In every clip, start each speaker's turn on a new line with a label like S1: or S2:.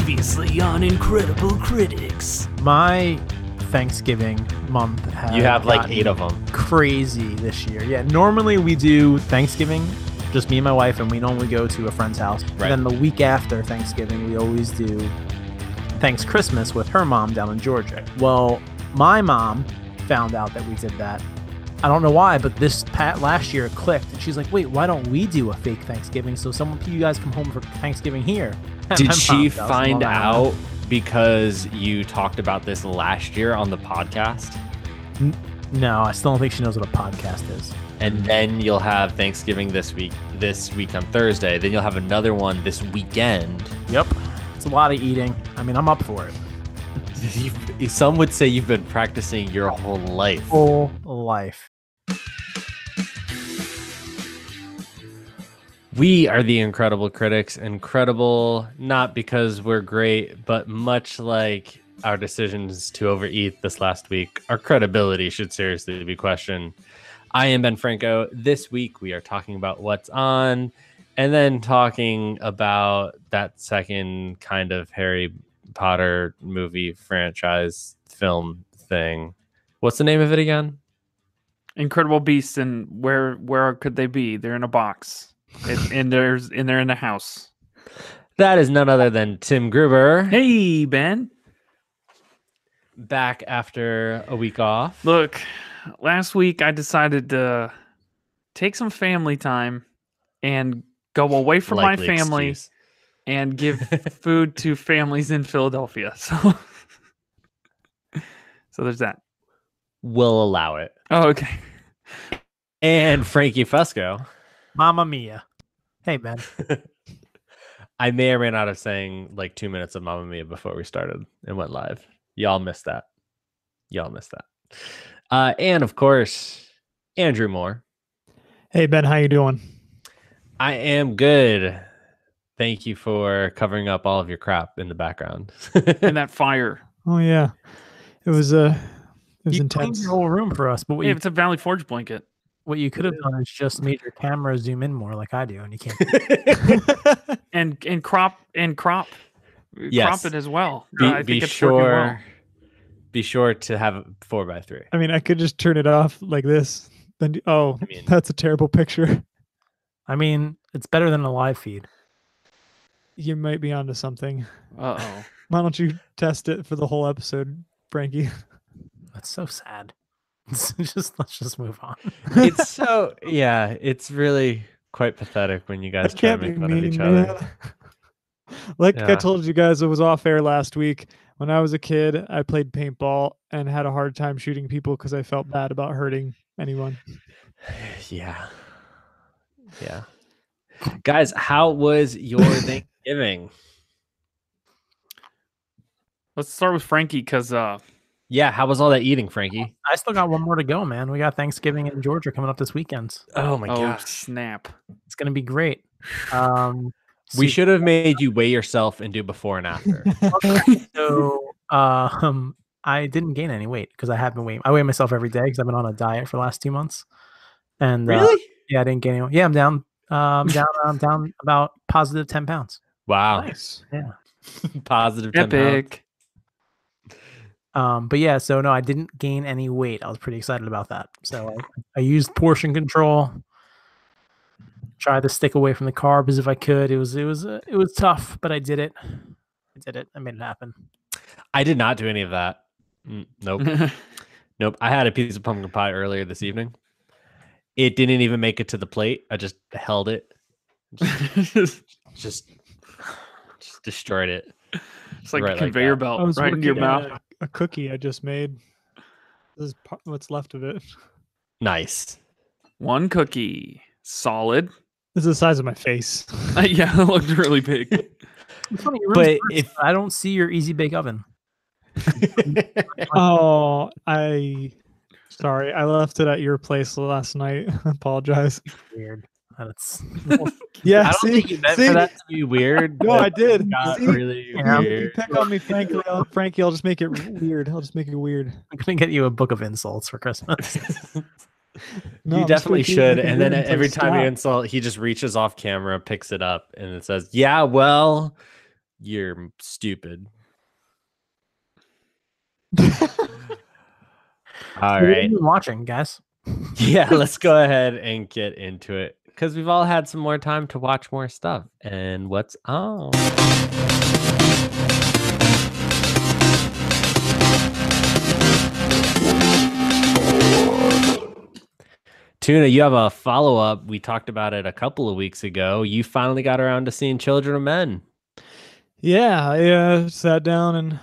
S1: Previously on Incredible Critics.
S2: My Thanksgiving month has
S3: You have like
S2: gotten
S3: eight of them.
S2: crazy this year. Yeah, normally we do Thanksgiving, just me and my wife, and we normally go to a friend's house. And
S3: Right.
S2: then the week after Thanksgiving, we always do Thanks Christmas with her mom down in Georgia. Well, my mom found out that we did that. I don't know why, but this pat last year it clicked, and she's like, "Wait, why don't we do a fake Thanksgiving? So some of you guys come home for Thanksgiving here." My
S3: Did
S2: mom
S3: she
S2: does. I'm
S3: find
S2: like,
S3: out because you talked about this last year on the podcast?
S2: No, I still don't think she knows what a podcast is.
S3: And then you'll have Thanksgiving this week, this week on Thursday. Then you'll have another one this weekend.
S2: Yep. It's a lot of eating. I mean, I'm up for it.
S3: You've- Some would say you've been practicing your whole life.
S2: Full life.
S3: We are the Incredible Critics. Incredible, not because we're great, but much like our decisions to overeat this last week, our credibility should seriously be questioned. I am Ben Franco. This week we are talking about what's on and then talking about that second kind of Harry Potter movie franchise film thing. What's the name of it again?
S1: Incredible beasts and where where could they be? They're in a box. And, and there's and they're in the house.
S3: That is none other than Tim Gruber.
S1: Hey Ben.
S3: Back after a week off.
S1: Look, last week I decided to take some family time and go away from
S3: Likely
S1: my family
S3: excuse.
S1: and give food to families in Philadelphia. So So there's that.
S3: We'll allow it.
S1: Oh, okay.
S3: And Frankie Fusco.
S2: Mamma mia. Hey, man.
S3: I may or may not have sang like two minutes of Mamma Mia before we started and went live. Y'all missed that. Y'all missed that. Uh, and of course, Andrew Moore.
S4: Hey Ben, how you doing?
S3: I am good. Thank you for covering up all of your crap in the background.
S1: And that fire.
S4: Oh yeah, it was uh, it was
S2: You cleaned
S4: intense.
S2: your whole room for us, but what
S1: Yeah,
S2: you,
S1: it's a Valley Forge blanket.
S2: what you could have done is just made your camera zoom in more like I do, and you can't.
S1: and and crop and crop
S3: Yes.
S1: crop it as well
S3: be
S1: Uh, i
S3: be
S1: think it's working
S3: sure.
S1: well
S3: Be sure to have a four by three.
S4: I mean, I could just turn it off like this. Then do- oh,
S3: I mean-
S4: that's a terrible picture.
S2: I mean, it's better than a live feed.
S4: You might be onto something.
S1: uh-oh
S4: Why don't you test it for the whole episode, Frankie?
S2: That's so sad. It's just let's just move on.
S3: it's so yeah, it's really quite pathetic when you guys
S4: I
S3: try to
S4: can't
S3: make
S4: be
S3: fun of
S4: mean,
S3: each other.
S4: man. like I
S3: Yeah.
S4: told you guys, it was off air last week. When I was a kid, I played paintball and had a hard time shooting people because I felt bad about hurting anyone.
S3: Yeah. Yeah. Guys, how was your Thanksgiving?
S1: let's start with frankie because uh
S3: Yeah, how was all that eating, Frankie?
S2: I still got one more to go, man. We got Thanksgiving in Georgia coming up this weekend.
S3: Oh my
S1: oh
S3: gosh.
S1: snap
S2: It's gonna be great. Um,
S3: We
S2: so-
S3: should have made you weigh yourself and do before and after.
S2: So um, I didn't gain any weight because I have been weighing. I weigh myself every day because I've been on a diet for the last two months. And uh, yeah, I didn't gain any. Yeah, I'm down. Um, down. I'm down about positive ten pounds.
S3: Wow.
S4: Nice.
S3: Positive 10 pounds.
S1: epic
S2: Um, but yeah, so no, I didn't gain any weight. I was pretty excited about that. So I, I used portion control. Tried to stick away from the carbs if I could. It was it was uh, it was tough, but I did it. I did it. I made it happen.
S3: I did not do any of that. Mm, Nope. Nope. I had a piece of pumpkin pie earlier this evening. It didn't even make it to the plate. I just held it,
S1: it's
S3: just, just destroyed it.
S1: like
S3: Oh, Right
S1: a
S3: like
S1: conveyor
S3: that.
S4: I
S1: belt
S4: was
S1: right in
S4: working
S1: your
S4: on
S1: mouth
S4: A, a cookie I just made. This is part, what's left of it.
S3: Nice.
S1: one cookie solid
S4: This is the size of my face.
S1: Uh, yeah it looked really big
S2: It's funny, your room's
S3: But
S2: nice,
S3: if-
S2: I don't see your easy bake oven.
S4: oh, I. Sorry, I left it at your place last night. I apologize.
S2: Weird. That's
S4: Yeah,
S3: I don't
S4: see,
S3: think you meant
S4: see?
S3: for that to be weird.
S4: No,
S3: but
S4: I
S3: it
S4: did.
S3: got
S4: See?
S3: really
S2: Yeah.
S4: You
S3: weird.
S4: pick on me, Frankie. I'll, Frankie, I'll just make it weird. I'll just make it weird.
S2: I'm gonna get you a book of insults for Christmas.
S4: No,
S3: you
S4: I'm just
S3: definitely
S4: gonna keep
S3: should.
S4: making
S3: And
S4: it
S3: then
S4: weird until
S3: every
S4: you
S3: time you
S4: stop.
S3: insult, he just reaches off camera, picks it up, and it says, "Yeah, well, You're stupid. All
S2: What have
S3: right.
S2: you been watching, guys?
S3: Yeah, let's go ahead and get into it because we've all had some more time to watch more stuff. And what's on? Tuna, you have a follow up. We talked about it a couple of weeks ago. You finally got around to seeing Children of Men.
S4: Yeah, I uh, sat down and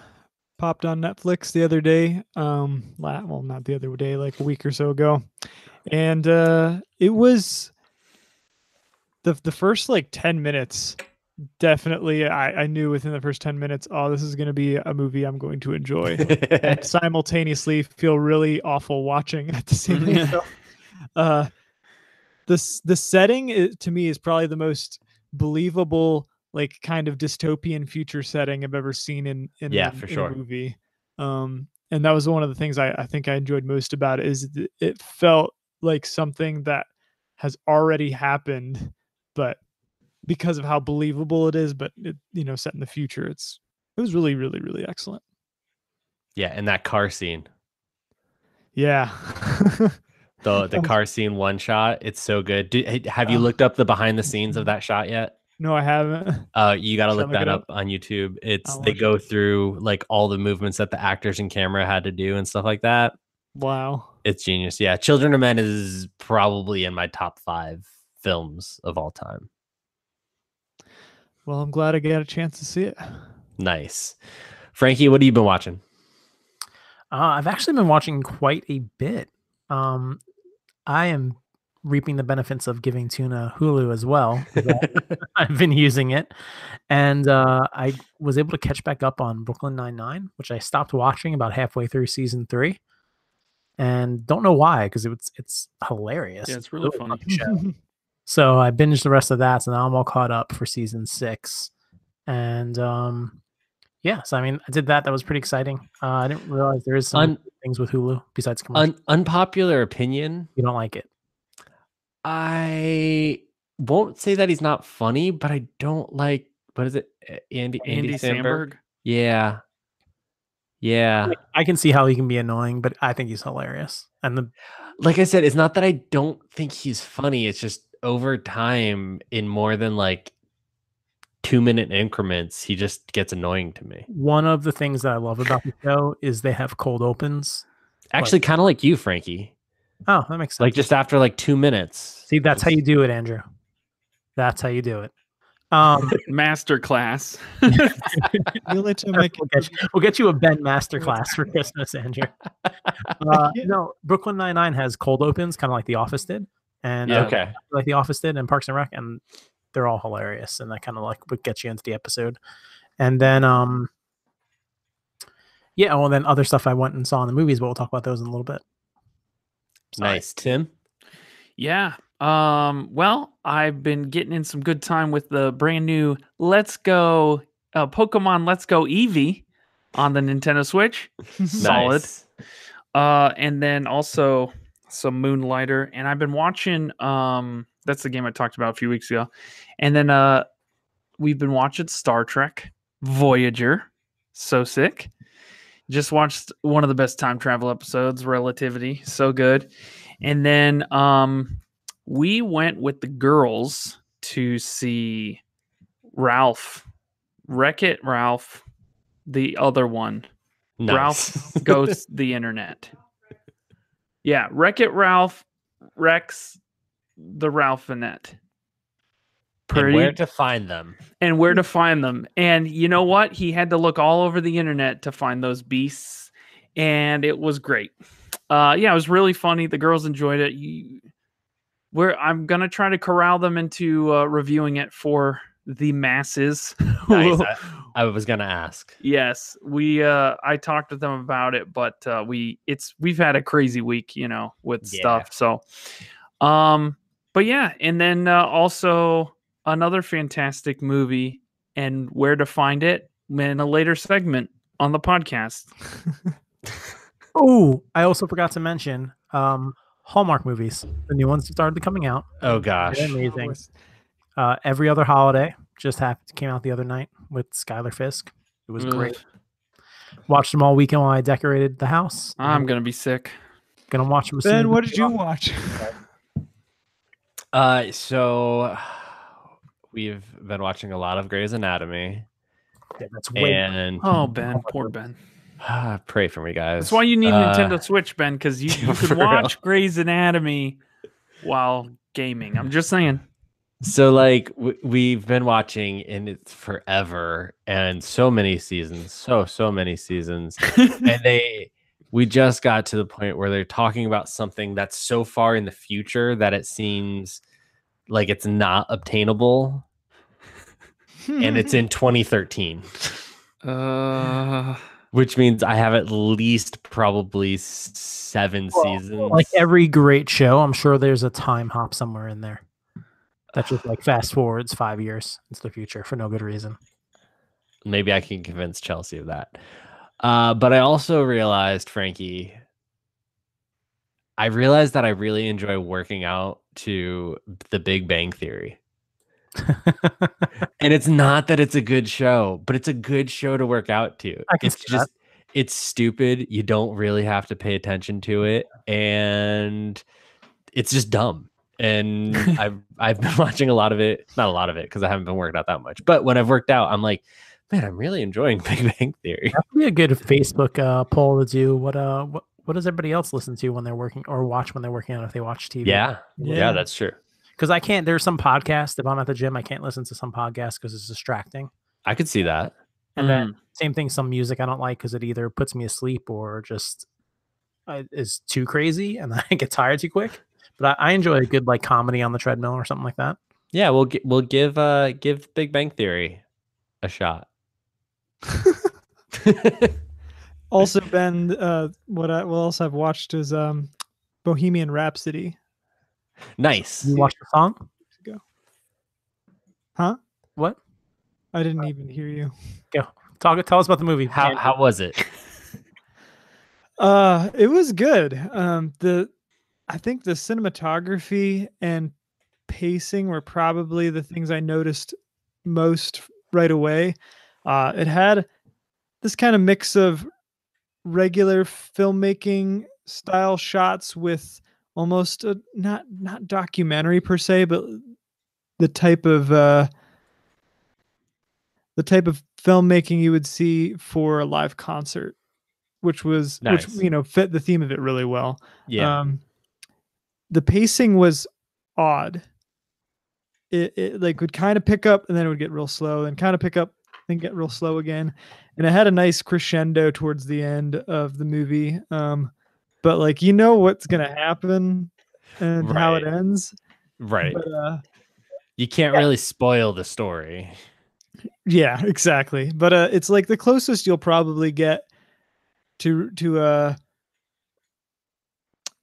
S4: popped on Netflix the other day. Um, la- well, not the other day, like a week or so ago, and uh, it was the the first like ten minutes. Definitely, I, I knew within the first ten minutes, oh, this is going to be a movie I'm going to enjoy. and simultaneously feel really awful watching at the
S3: Mm-hmm.
S4: same time. So, uh, this the setting i- to me is probably the most believable, like kind of dystopian future setting I've ever seen in in,
S3: Yeah,
S4: a-
S3: for
S4: in
S3: sure.
S4: a movie. Um, and that was one of the things I, I think I enjoyed most about it is th- it felt like something that has already happened, but because of how believable it is, but it, you know, set in the future, it's it was really, really, really excellent.
S3: yeah, and that car scene.
S4: Yeah.
S3: The the
S4: Oh.
S3: car scene one shot. It's so good. Do, have you
S4: Oh.
S3: looked up the behind the scenes of that shot yet?
S4: no, I haven't.
S3: Uh, you got to
S4: Shall
S3: look
S4: I look
S3: that
S4: it up?
S3: up Oh, on YouTube. It's
S4: I'll
S3: they
S4: watch it.
S3: go through like all the movements that the actors and camera had to do and stuff like that.
S4: Wow.
S3: It's genius. Yeah, Children of Men is probably in my top five films of all time.
S4: Well, I'm glad I got a chance to see it.
S3: Nice, Frankie. What have you been watching?
S2: Uh, I've actually been watching quite a bit. Um, I am reaping the benefits of giving Tuna Hulu as well. 'cause I- I've been using it, and uh, I was able to catch back up on Brooklyn Nine Nine, which I stopped watching about halfway through season three, and don't know why because it's it's hilarious.
S1: Yeah, it's really funny.
S2: show. So I binged the rest of that, so now I'm all caught up for season six. And um yeah, so I mean I did that. That was pretty exciting. Uh, I didn't realize there is some
S3: Un-
S2: things with Hulu besides commercials.
S3: un- unpopular opinion.
S2: you don't like it.
S3: I won't say that he's not funny, but I don't like what is it, A- Andy Andy, Samberg? Yeah, yeah.
S2: Like, I can see how he can be annoying, but I think he's hilarious. And the
S3: like I said, it's not that I don't think he's funny. It's just over time, in more than like two minute increments, he just gets annoying to me.
S2: one of the things that I love about the show is they have cold opens.
S3: Actually, kind of like you, Frankie.
S2: Oh, that makes sense.
S3: Like just after like two minutes.
S2: see, that's how you do it, Andrew. That's how you do it. Um,
S1: Master class.
S4: You'll let you
S2: We'll
S4: make it.
S2: get, you, we'll get you a Ben masterclass for Christmas, Andrew. Uh, no, Brooklyn Nine Nine has cold opens, kind of like The Office did, and
S1: Yeah.
S2: uh,
S3: Okay.
S2: like The Office did, and Parks and Rec, and they're all hilarious, and that kind of like would get you into the episode. And then, um, yeah, well, then other stuff I went and saw in the movies, but we'll talk about those in a little bit. Sorry.
S3: Nice, Tim.
S1: Yeah. Um, well, I've been getting in some good time with the brand new Let's Go uh, Pokemon Let's Go Eevee on the Nintendo Switch. Solid.
S3: Nice.
S1: Uh, and then also some Moonlighter. And I've been watching um that's the game I talked about a few weeks ago. And then uh we've been watching Star Trek Voyager. So sick. Just watched one of the best time travel episodes, Relativity. So good. And then um we went with the girls to see Ralph. Wreck it Ralph, the other one
S3: Nice.
S1: Ralph goes the internet. Yeah, Wreck It Ralph Rex the Ralphinette. Pretty
S3: and where to find them?
S1: and where to find them. And you know what? He had to look all over the internet to find those beasts, and it was great. Uh, yeah, it was really funny. The girls enjoyed it. You, where I'm gonna try to corral them into uh, reviewing it for the masses.
S3: Nice. I, I was gonna ask.
S1: Yes, we uh I talked with them about it, but uh we it's we've had a crazy week, you know, with
S3: Yeah.
S1: stuff. So um but yeah, and then uh, also another fantastic movie and where to find it in a later segment on the podcast.
S2: Oh, I also forgot to mention um, Hallmark movies. The new ones started coming out.
S3: Oh gosh.
S2: Amazing.
S4: Always.
S2: Uh, every other holiday, just happened came out the other night with Skylar Fisk. It was
S4: Mm.
S1: Ugh.
S2: great. Watched them all weekend while I decorated the house. and
S1: I'm gonna be sick.
S2: gonna watch them. as soon as
S4: Ben,
S2: we
S4: what
S2: get
S4: did you
S2: off.
S4: watch?
S3: Uh, so we've been watching a lot of Grey's Anatomy,
S2: Yeah, that's way.
S3: and
S1: Oh Ben, poor Ben.
S3: pray for me, guys.
S1: That's why you need
S3: Uh,
S1: Nintendo Switch, Ben, because you, you
S3: for
S1: could
S3: real.
S1: watch Grey's Anatomy while gaming. I'm just saying.
S3: So like w- we've been watching and it's forever and so many seasons, so so many seasons. and they we just got to the point where they're talking about something that's so far in the future that it seems like it's not obtainable and it's in 2013,
S1: Uh,
S3: which means I have at least probably 7
S2: Well,
S3: seasons.
S2: Like every great show, I'm sure there's a time hop somewhere in there. That just like fast forwards five years into the future for no good reason.
S3: maybe I can convince Chelsea of that. Uh, but I also realized, Frankie, I realized that I really enjoy working out to The Big Bang Theory. And it's not that it's a good show, but it's a good show to work out to.
S2: I can
S3: it's
S2: see that.
S3: just it's stupid. You don't really have to pay attention to it, and it's just dumb. And I've I've been watching a lot of it, not a lot of it, because I haven't been working out that much. But when I've worked out, I'm like, man, I'm really enjoying Big Bang Theory.
S2: That would be a good Facebook uh, poll to do. What uh, what, what does everybody else listen to when they're working or watch when they're working out if they watch TV?
S3: Yeah, yeah,
S4: Yeah.
S3: that's true.
S2: because I can't. There's some podcasts. If I'm at the gym, I can't listen to some podcasts because it's distracting.
S3: I could see that.
S2: And then same thing, some music I don't like because it either puts me asleep or just uh, is too crazy and I get tired too quick. But I, I enjoy a good like comedy on the treadmill or something like that.
S3: Yeah, we'll gi- we'll give uh give Big Bang Theory a shot.
S4: also, Ben, uh, what I what else I've watched is um, Bohemian Rhapsody.
S3: nice.
S2: You watch the song?
S4: Huh?
S2: What?
S4: I didn't even hear you.
S2: Talk. Tell us about the movie.
S3: How
S2: Dan.
S3: how was it?
S4: Uh, it was good. Um, the I think the cinematography and pacing were probably the things I noticed most right away. Uh, it had this kind of mix of regular filmmaking style shots with almost a, not not documentary per se, but the type of uh, the type of filmmaking you would see for a live concert, which was
S3: Nice.
S4: which you know fit the theme of it really well.
S3: Yeah.
S4: Um, the pacing was odd. It, it like would kind of pick up and then it would get real slow and kind of pick up and get real slow again. And it had a nice crescendo towards the end of the movie. Um, but like you know what's gonna happen and how it
S3: Right.
S4: ends.
S3: right.
S4: But, uh,
S3: You can't really spoil the story.
S4: yeah, exactly. But uh, it's like the closest you'll probably get to to a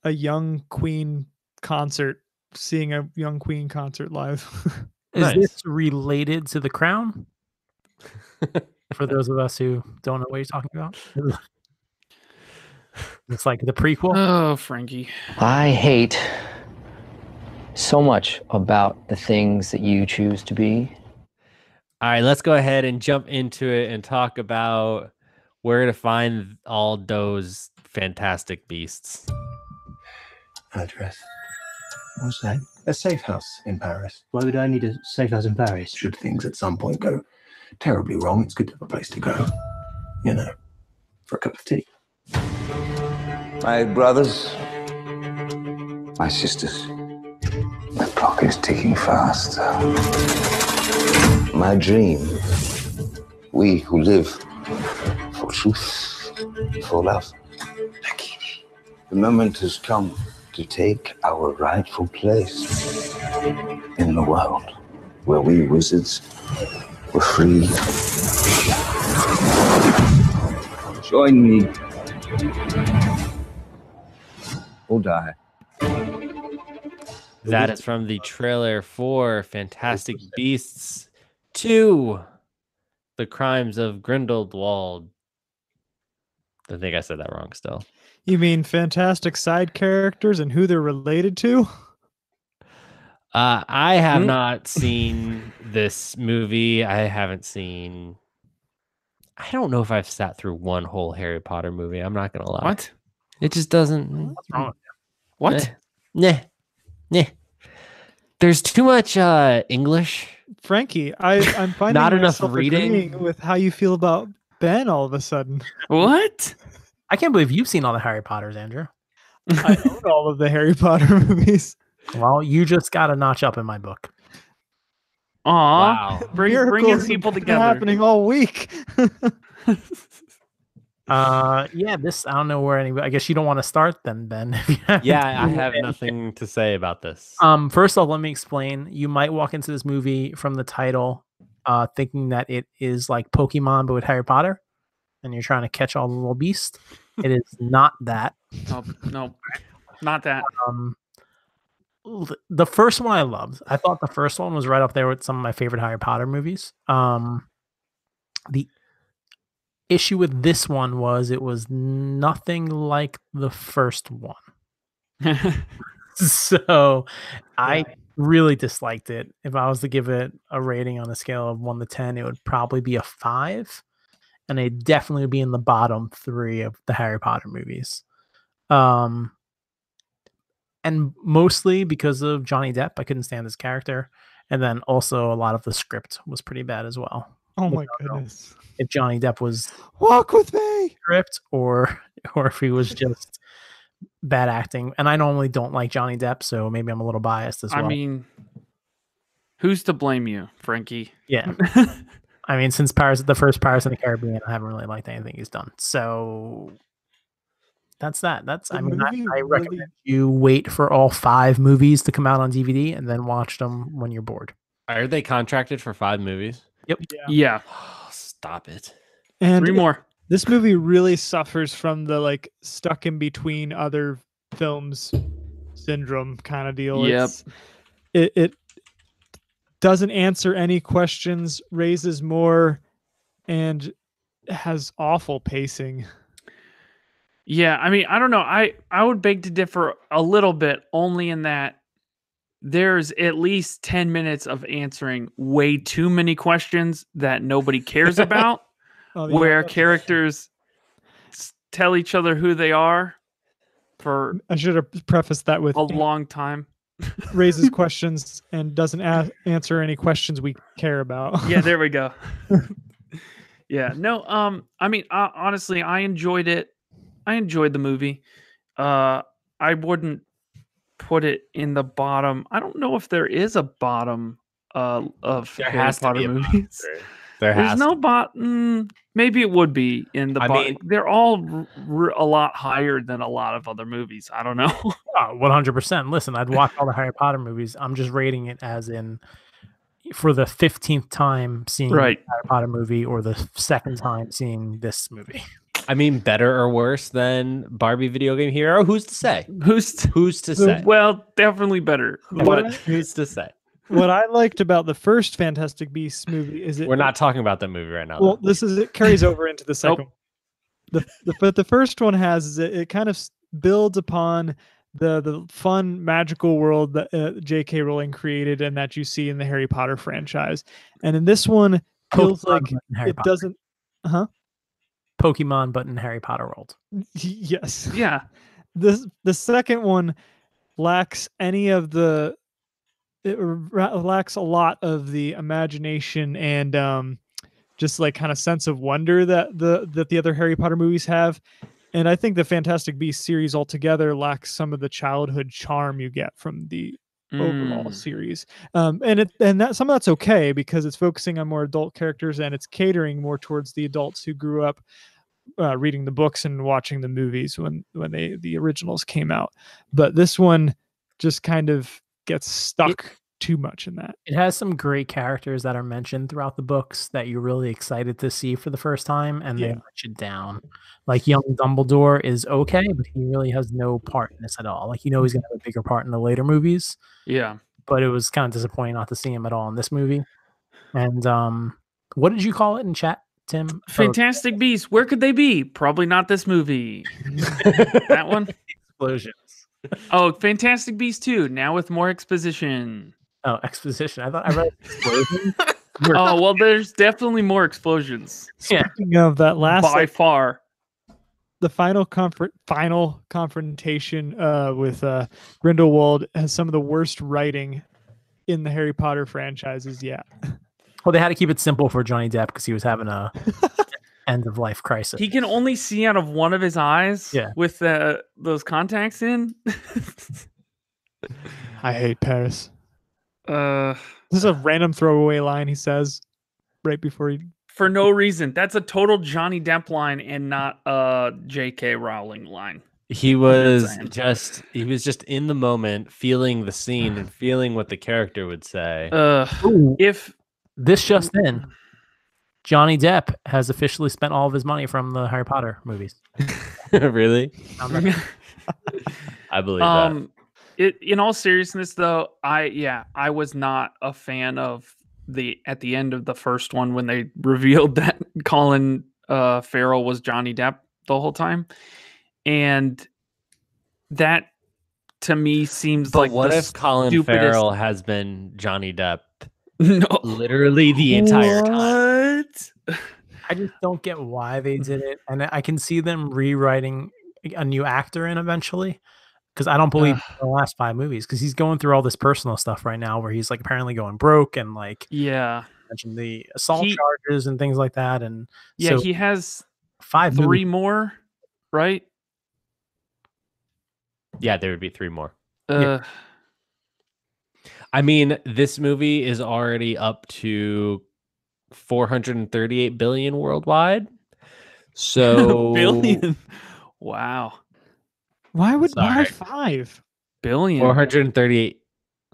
S4: a young Queen concert, seeing a young Queen concert live.
S2: Is
S3: Nice.
S2: this related to The Crown? For those of us who don't know what you're talking about, it's like the prequel.
S1: oh, Frankie.
S5: I hate so much about the things that you choose to be.
S3: All right, let's go ahead and jump into it and talk about where to find all those fantastic beasts.
S6: address. What's that? A safe house in Paris. Why would I need a safe house in Paris? Should things at some point go terribly wrong, it's good to have a place to go. You know, for a cup of tea.
S7: My brothers, my sisters, the clock is ticking fast. My dream, we who live for truth, for love. Lakini, the moment has come to take our rightful place in the world where we wizards were free. Join me or die.
S3: That is from the trailer for Fantastic Beasts 2 The Crimes of Grindelwald. I think I said that wrong still.
S4: you mean fantastic side characters and who they're related to?
S3: Uh, I have
S1: Hmm?
S3: not seen this movie. I haven't seen. I don't know if I've sat through one whole Harry Potter movie. I'm not gonna lie.
S1: What?
S3: It just doesn't.
S1: wrong What?
S3: Nah. Nah. There's too much uh English.
S4: Frankie, I, I'm finding
S3: Not enough
S4: myself
S3: reading.
S4: agreeing with how you feel about Ben all of a sudden.
S1: What?
S2: I can't believe you've seen all the Harry Potters, Andrew.
S4: I own all of the Harry Potter movies.
S2: Well, you just got a notch up in my book.
S1: Aw.
S3: Wow.
S1: Bring,
S4: Miracles
S1: bringing
S4: have
S1: people
S4: been
S1: together.
S4: Happening all week.
S2: Uh, yeah, this I don't know where any. I guess you don't want to start then, Ben. if you haven't
S3: Yeah, I
S2: seen
S3: have
S2: it.
S3: nothing to say about this.
S1: Uh,
S2: Um, first off, let me explain. You might walk into this movie from the title, uh, thinking that it is like Pokemon but with Harry Potter, and you're trying to catch all the little beasts. it is not that.
S1: Oh, no, not that.
S2: Um, l- the first one I loved. I thought the first one was right up there with some of my favorite Harry Potter movies. Um, the issue with this one was it was nothing like the first one. so I really disliked it. If I was to give it a rating on a scale of one to 10, it would probably be a five. And it definitely would be in the bottom three of the Harry Potter movies. Um, and mostly because of Johnny Depp, I couldn't stand his character. And then also a lot of the script was pretty bad as well.
S4: Oh my
S2: no.
S4: goodness.
S2: If Johnny Depp was
S4: Walk with me.
S2: script or or if he was just bad acting. And I normally don't like Johnny Depp, so maybe I'm a little biased as well.
S1: I mean, who's to blame you, Frankie?
S2: yeah. I mean, since Pirates the first Pirates of the Caribbean, I haven't really liked anything he's done. So that's that. That's I
S4: The
S2: mean, I,
S4: movie
S2: I
S4: really-
S2: recommend you wait for all five movies to come out on DVD and then watch them when you're bored.
S3: Are they contracted for five movies?
S1: yeah,
S3: Oh, Stop it.
S4: And
S1: three more.
S4: this movie really suffers from the like stuck in between other films syndrome kind of deal.
S1: Yep.
S4: It's- It it doesn't answer any questions, raises more, and has awful pacing.
S1: Yeah, I mean, I don't know. I I would beg to differ a little bit, only in that there's at least ten minutes of answering way too many questions that nobody cares about,
S4: Oh, yeah,
S1: where
S4: that's-
S1: characters s- tell each other who they are for
S4: I should have prefaced that with
S1: a long time.
S4: raises questions and doesn't a- answer any questions we care about.
S1: yeah there we go yeah no um i mean uh, honestly i enjoyed it i enjoyed the movie uh i wouldn't put it in the bottom i don't know if there is a bottom uh of
S3: There
S1: harry
S3: has to
S1: potter
S3: be a bottom,
S1: movies
S3: There
S1: there's
S3: has
S1: no
S3: to
S1: bottom maybe it would be in the
S3: I
S1: bottom
S3: mean-
S1: they're all r- r- a lot higher than a lot of other movies i don't know
S2: Oh, 100%. Listen, I'd watch all the Harry Potter movies. I'm just rating it as in for the 15th time seeing
S1: right
S2: Harry Potter movie or the second time seeing this movie.
S3: I mean, better or worse than Barbie Video Game Hero? Who's to say?
S1: who's
S3: Who's to say?
S1: well definitely better
S4: what
S3: What? Who's to say?
S4: what I liked about the first Fantastic Beasts movie is it
S3: We're not talking about that movie right now.
S4: well
S3: though.
S4: this is it carries over into the second one. the, the but the first one has is it, it kind of s- builds upon the the fun magical world that uh, J.K. Rowling created and that you see in the Harry Potter franchise and in this one feels
S2: Pokemon,
S4: like
S2: but in Harry
S4: it
S2: Potter.
S4: doesn't
S2: Pokemon, but in Harry Potter world.
S4: yes
S1: yeah
S4: the the second one lacks any of the it ra- lacks a lot of the imagination and um just like kind of sense of wonder that the that the other Harry Potter movies have and I think the Fantastic Beasts series altogether lacks some of the childhood charm you get from the overall
S1: Mm.
S4: series. Um, and it and that some of that's okay because it's focusing on more adult characters and it's catering more towards the adults who grew up uh, reading the books and watching the movies when when they the originals came out. But this one just kind of gets stuck too much in that.
S2: It has some great characters that are mentioned throughout the books that you're really excited to see for the first time, and they
S4: Yeah.
S2: let you down. Like young Dumbledore is okay, but he really has no part in this at all. Like you know he's gonna have a bigger part in the later movies,
S1: yeah
S2: but it was kind of disappointing not to see him at all in this movie. And um, what did you call it in chat, Tim? Or-
S1: Fantastic Beasts. Where could they be? Probably not this movie. that one.
S2: explosions.
S1: Oh, Fantastic Beasts 2, now with more exposition.
S2: Oh, exposition. I thought I read explosion.
S1: oh well, there's definitely more explosions
S4: Speaking of that last,
S1: by far.
S4: the final comfort, final confrontation uh, with uh, Grindelwald has some of the worst writing in the Harry Potter franchises yet.
S2: well, they had to keep it simple for Johnny Depp because he was having a end of life crisis.
S1: He can only see out of one of his eyes
S2: Yeah.
S1: with uh, those contacts in.
S4: I hate Paris.
S1: uh,
S4: This is a random throwaway line he says right before he.
S1: for no reason. That's a total Johnny Depp line and not a J.K. Rowling line.
S3: He was
S1: saying.
S3: just he was just in the moment, feeling the scene and feeling what the character would say.
S1: Uh,
S2: Ooh,
S1: if
S2: this just in. Johnny Depp has officially spent all of his money from the Harry Potter movies.
S3: really?
S2: Found that-
S3: I believe
S1: um, it in all seriousness though, I yeah, I was not a fan of the at the end of the first one when they revealed that Colin uh, Farrell was Johnny Depp the whole time, and that to me
S3: that.
S1: seems
S3: But
S1: like
S3: what
S1: the
S3: if Colin
S1: stupidest-
S3: Farrell has been Johnny Depp
S1: no
S3: literally the entire time?
S1: What?
S2: I just don't get why they did it, and I- I can see them rewriting a new actor in eventually. Because I don't believe the last five movies. Because he's going through all this personal stuff right now, where he's like apparently going broke and like
S1: Yeah,
S2: mentioned the assault
S1: He-
S2: charges and things like that. And
S1: yeah,
S2: So-
S1: he has
S2: five
S1: three
S2: movies.
S1: more, right?
S3: Yeah, there would be three more.
S1: Uh,
S3: I mean, this movie is already up to 438 billion worldwide. So
S1: billion. Wow,
S4: Why would
S3: Sorry.
S4: why five?
S1: billion.
S3: 438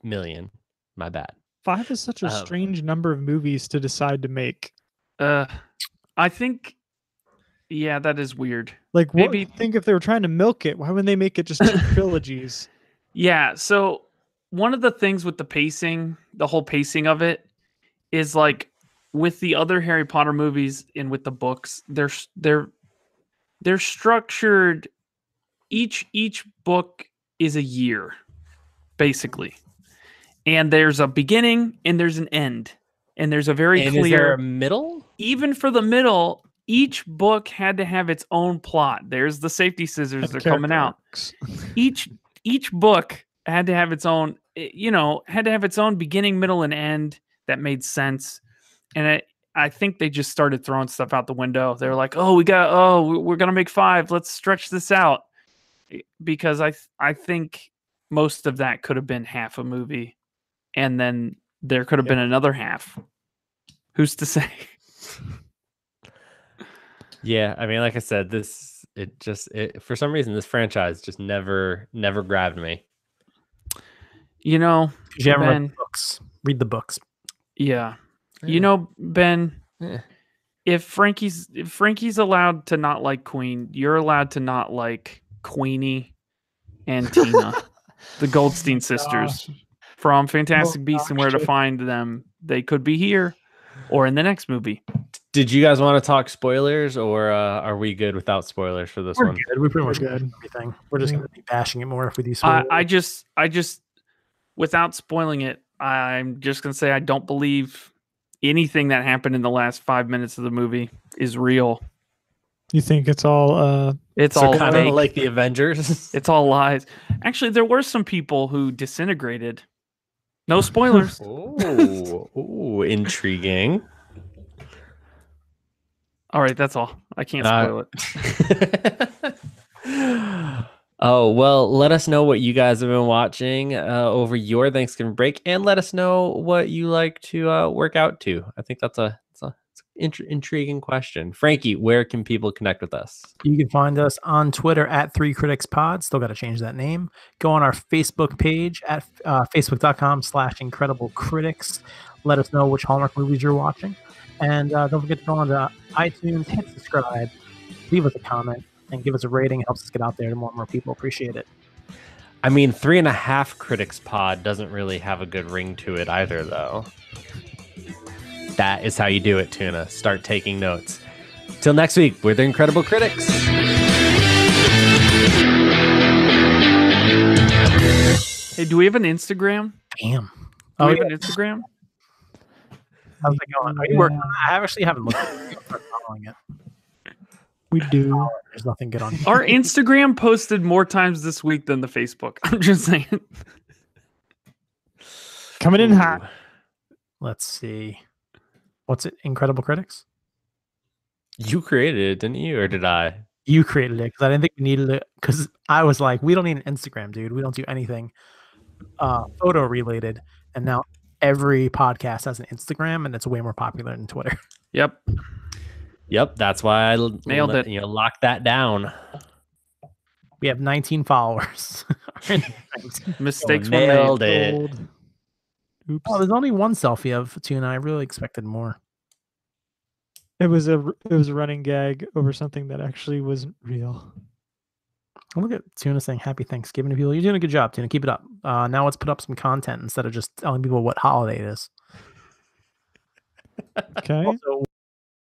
S3: million. My bad.
S4: Five is such a
S3: Um,
S4: strange number of movies to decide to make.
S1: Uh, I think, yeah, that is weird.
S4: Like, what
S1: maybe-
S4: maybe think if they were trying to milk it, why wouldn't they make it just two trilogies?
S1: Yeah. So one of the things with the pacing, the whole pacing of it, is like with the other Harry Potter movies and with the books, they're s- they're they're structured. Each each book is a year, basically, and there's a beginning and there's an end, and there's a very
S3: and
S1: clear.
S3: is there a middle?
S1: even for the middle, each book had to have its own plot. There's the safety scissors.
S4: Have
S1: They're coming
S4: character
S1: out.
S4: arcs.
S1: Each each book had to have its own, eh, you know, had to have its own beginning, middle, and end that made sense. And I I think they just started throwing stuff out the window. They're like, oh, we got, oh, we- we're gonna make five. Let's stretch this out Eh, because I th- I think most of that could have been half a movie, and then there could have been another half. Who's to say?
S3: Yeah, I mean, like I said, this it just it, for some reason this franchise just never never grabbed me.
S1: You know,
S2: 'Cause you haven't read
S1: Ben.
S2: the books. Read the books.
S1: Yeah. You know, Ben,
S3: Yeah.
S1: if Frankie's if Frankie's allowed to not like Queen, you're allowed to not like Queenie and Tina, the Goldstein sisters from Fantastic Beasts and Where to
S4: gosh.
S1: Find Them. They could be here or in the next movie.
S3: Did you guys want to talk spoilers, or uh, are we good without spoilers for this
S2: We're
S3: one?
S2: good. We pretty
S4: We're
S2: much covered
S4: good.
S2: everything. We're just
S4: Yeah.
S2: gonna be bashing it more if we do.
S1: I,
S2: spoilers.
S1: I just I just without spoiling it, I'm just gonna say I don't believe anything that happened in the last five minutes of the movie is real.
S4: You think it's all uh
S1: It's
S3: so
S1: all
S3: kind
S1: fake.
S3: of like the Avengers.
S1: It's all lies. Actually, there were some people who disintegrated. No spoilers.
S3: ooh, ooh, intriguing.
S1: all right, that's all. I can't
S3: Uh,
S1: spoil it.
S3: oh well let us know what you guys have been watching uh, over your thanksgiving break and let us know what you like to uh, work out to i think that's a, that's a it's an int- intriguing question frankie where can people connect with us
S2: You can find us on Twitter at Three Critics Pod. Still got to change that name. Go on our Facebook page at uh, facebook.com slash Incredible Critics. Let us know which Hallmark movies you're watching. And uh, don't forget to go on to iTunes, hit subscribe, leave us a comment, and give us a rating. helps us get out there to more and more people. Appreciate it.
S3: i mean three and a half critics pod doesn't really have a good ring to it either though that is how you do it tuna start taking notes till next week we're the incredible critics
S1: Hey, do we have an Instagram?
S2: Bam.
S1: Do
S2: Oh,
S1: we have an Instagram?
S2: How's it going? Are you working? on that? I actually haven't looked. At it. I'm following it.
S4: We do.
S2: There's nothing good on.
S1: Our Instagram posted more times this week than the Facebook. I'm just saying.
S4: Coming in hot.
S2: Let's see. What's it? Incredible critics.
S3: You created it, didn't you, or did I?
S2: You created it because I didn't think we needed it. Because I was like, we don't need an Instagram, dude. We don't do anything uh, photo related. And now every podcast has an Instagram, and it's way more popular than Twitter.
S1: Yep.
S3: Yep, that's why I l-
S1: Nailed
S3: let-
S1: it.
S3: You know, lock that down.
S2: We have 19 followers.
S1: Mistakes were made.
S3: Nailed it.
S4: Gold. Oops.
S2: oh, there's only one selfie of Tuna. I really expected more.
S4: It was a r- it was a running gag over something that actually wasn't real.
S2: Oh, Look at Tuna saying happy Thanksgiving to people. You're doing a good job, Tuna. Keep it up. Uh, now let's put up some content instead of just telling people what holiday it is.
S4: Okay.
S2: Also,